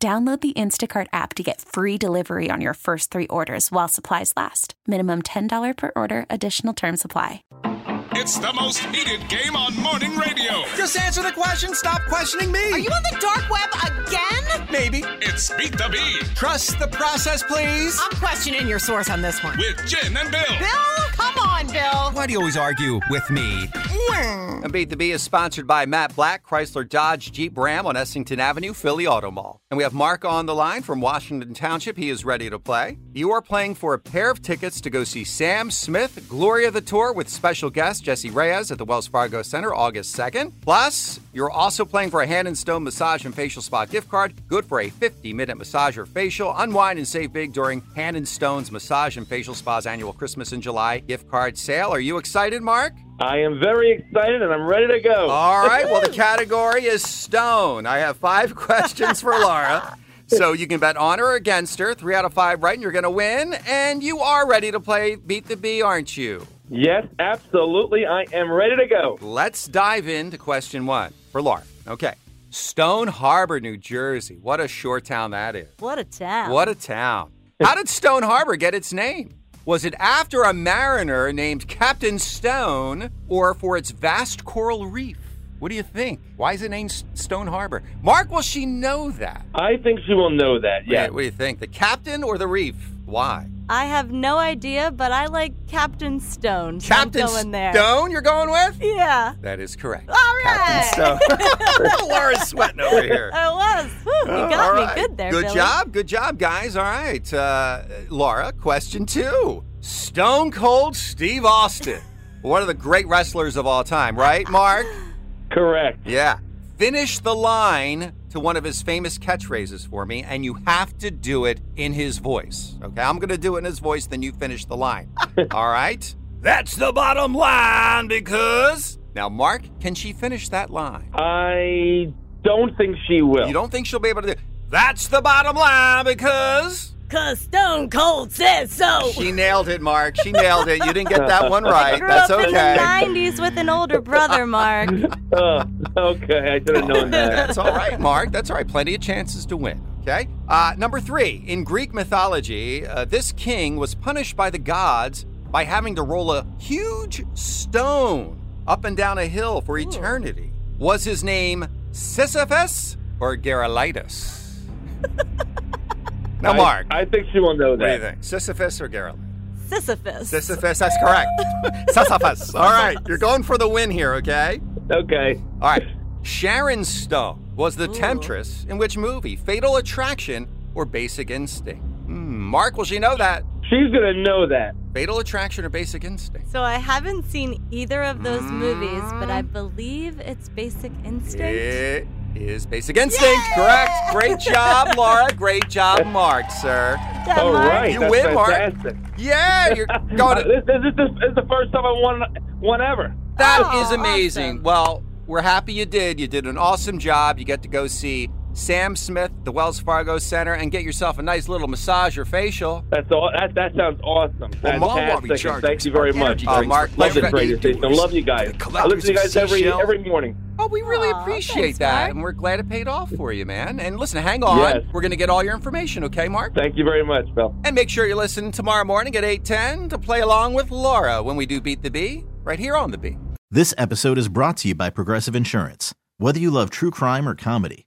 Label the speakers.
Speaker 1: Download the Instacart app to get free delivery on your first three orders while supplies last. Minimum $10 per order, additional term supply.
Speaker 2: It's the most heated game on morning radio.
Speaker 3: Just answer the question. Stop questioning me.
Speaker 4: Are you on the dark web again?
Speaker 3: Maybe.
Speaker 2: It's Beat the Bee
Speaker 3: Trust the process, please.
Speaker 4: I'm questioning your source on this one.
Speaker 2: with Jen and Bill.
Speaker 4: Bill, come on, Bill.
Speaker 3: Why do you always argue with me?
Speaker 5: Hmm.
Speaker 3: And Beat the Bee is sponsored by Matt Black, Chrysler Dodge Jeep Ram on Essington Avenue, Philly Auto Mall. And we have Mark on the line from Washington Township. He is ready to play. You are playing for a pair of tickets to go see Sam Smith, Gloria the Tour with special guest Jesse Reyes at the Wells Fargo Center August 2nd. Plus, you're also playing for a hand and stone massage and facial spa gift card, good for a 50 minute massage or facial. Unwind and save big during Hand and Stone's Massage and Facial Spa's annual Christmas in July gift card sale. Are you excited, Mark?
Speaker 6: I am very excited and I'm ready to go.
Speaker 3: All right. Well, the category is stone. I have five questions for Laura. So you can bet on or against her. Three out of five right, and you're going to win. And you are ready to play Beat the Bee, aren't you?
Speaker 6: yes, absolutely. I am ready to go.
Speaker 3: Let's dive into question one for Laura. Okay. Stone Harbor, New Jersey. What a shore town that is.
Speaker 7: What a town.
Speaker 3: What a town. How did Stone Harbor get its name? Was it after a mariner named Captain Stone or for its vast coral reef? What do you think? Why is it named S- Stone Harbor? Mark, will she know that?
Speaker 6: I think she will know that.
Speaker 3: Yeah,
Speaker 6: Yes.
Speaker 3: what do you think? The captain or the reef? Why?
Speaker 7: I have no idea, but I like Captain Stone. so
Speaker 3: Captain
Speaker 7: I'm going there. Oh.
Speaker 3: Stone, you're going with?
Speaker 7: Yeah.
Speaker 3: That is correct.
Speaker 7: All right.
Speaker 3: Captain Stone. Laura's sweating over here.
Speaker 7: I was. Whew, you got
Speaker 3: All
Speaker 7: me
Speaker 3: right.
Speaker 7: good there,
Speaker 3: Good
Speaker 7: Billy.
Speaker 3: job. Good job, guys. All right. Uh, Laura, question two Stone Cold Steve Austin. One of the great wrestlers of all time, right, Mark?
Speaker 6: Correct.
Speaker 3: Yeah. Finish the line to one of his famous catchphrases for me, and you have to do it in his voice. Okay, I'm going to do it in his voice, then you finish the line. All right? That's the bottom line because. Now, Mark, can she finish that line?
Speaker 6: I don't think she will.
Speaker 3: You don't think she'll be able to do That's the bottom line because.
Speaker 7: Cause Stone Cold says so.
Speaker 3: She nailed it, Mark. She nailed it. You didn't get that one right.
Speaker 7: Grew
Speaker 3: That's
Speaker 7: up in the
Speaker 3: okay.
Speaker 7: 90s with an older brother, Mark.
Speaker 6: Uh, okay, I should have known that.
Speaker 3: That's all right, Mark. That's all right. Plenty of chances to win. Okay. Uh, number three. In Greek mythology, uh, this king was punished by the gods by having to roll a huge stone up and down a hill for eternity. Was his name Sisyphus or Gerolitus? now,
Speaker 6: I-
Speaker 3: Mark.
Speaker 6: I, think she will know
Speaker 3: what do you
Speaker 6: that.
Speaker 3: think? Sisyphus or Gerolitus?
Speaker 7: Sisyphus.
Speaker 3: Sisyphus, that's correct. Sisyphus. All right, you're going for the win here, okay?
Speaker 6: Okay.
Speaker 3: All right. Sharon Stone was the temptress in which movie? Fatal Attraction or Basic Instinct? Hmm, Mark, will she know that?
Speaker 6: She's going to know that.
Speaker 3: Fatal Attraction or Basic Instinct?
Speaker 7: So I haven't seen either of those movies, but
Speaker 3: Mm.
Speaker 7: I believe it's Basic Instinct.
Speaker 3: It is Basic Instinct, correct? Great job, Laura. Great job, Mark, sir.
Speaker 7: That
Speaker 6: all
Speaker 7: Mark?
Speaker 6: right.
Speaker 3: You
Speaker 6: that's
Speaker 3: win, Mark.
Speaker 6: fantastic.
Speaker 3: Yeah, you're going
Speaker 6: Uh,
Speaker 3: to.
Speaker 6: this, this, this, this is the first time I won one ever.
Speaker 3: That
Speaker 7: Aw,
Speaker 3: is amazing.
Speaker 7: Oh, awesome.
Speaker 3: Well, we're happy you did. You did an awesome job. You get to go see Sam Smith, the Wells Fargo Center, and get yourself a nice little massage or facial.
Speaker 6: That's all. That, that sounds awesome.
Speaker 5: Well, Mom will be
Speaker 6: Fantastic. and
Speaker 5: charging
Speaker 6: Thank you
Speaker 5: us
Speaker 6: very
Speaker 5: for
Speaker 6: much.
Speaker 5: energy
Speaker 3: Oh, Mark,
Speaker 6: Love
Speaker 3: Mark,
Speaker 6: this radio
Speaker 5: you do
Speaker 6: station. I
Speaker 5: is
Speaker 6: love you guys.
Speaker 5: come
Speaker 6: I
Speaker 5: out
Speaker 6: listen to you
Speaker 5: with
Speaker 6: guys
Speaker 5: some
Speaker 6: every
Speaker 5: seashell.
Speaker 6: every morning.
Speaker 3: Oh, we really
Speaker 7: Aw,
Speaker 3: appreciate
Speaker 7: thanks,
Speaker 3: that.
Speaker 7: Mark.
Speaker 3: And we're glad it paid off for you, man. And listen, hang on.
Speaker 6: Yes.
Speaker 3: We're going to get all your information, okay, Mark?
Speaker 6: Thank you very much, Bill.
Speaker 3: And make sure you listen tomorrow morning at 8:10 to play along with Laura when we do Beat the Bee, right here on the Bee.
Speaker 8: This episode is brought to you by Progressive Insurance. Whether you love true crime or comedy,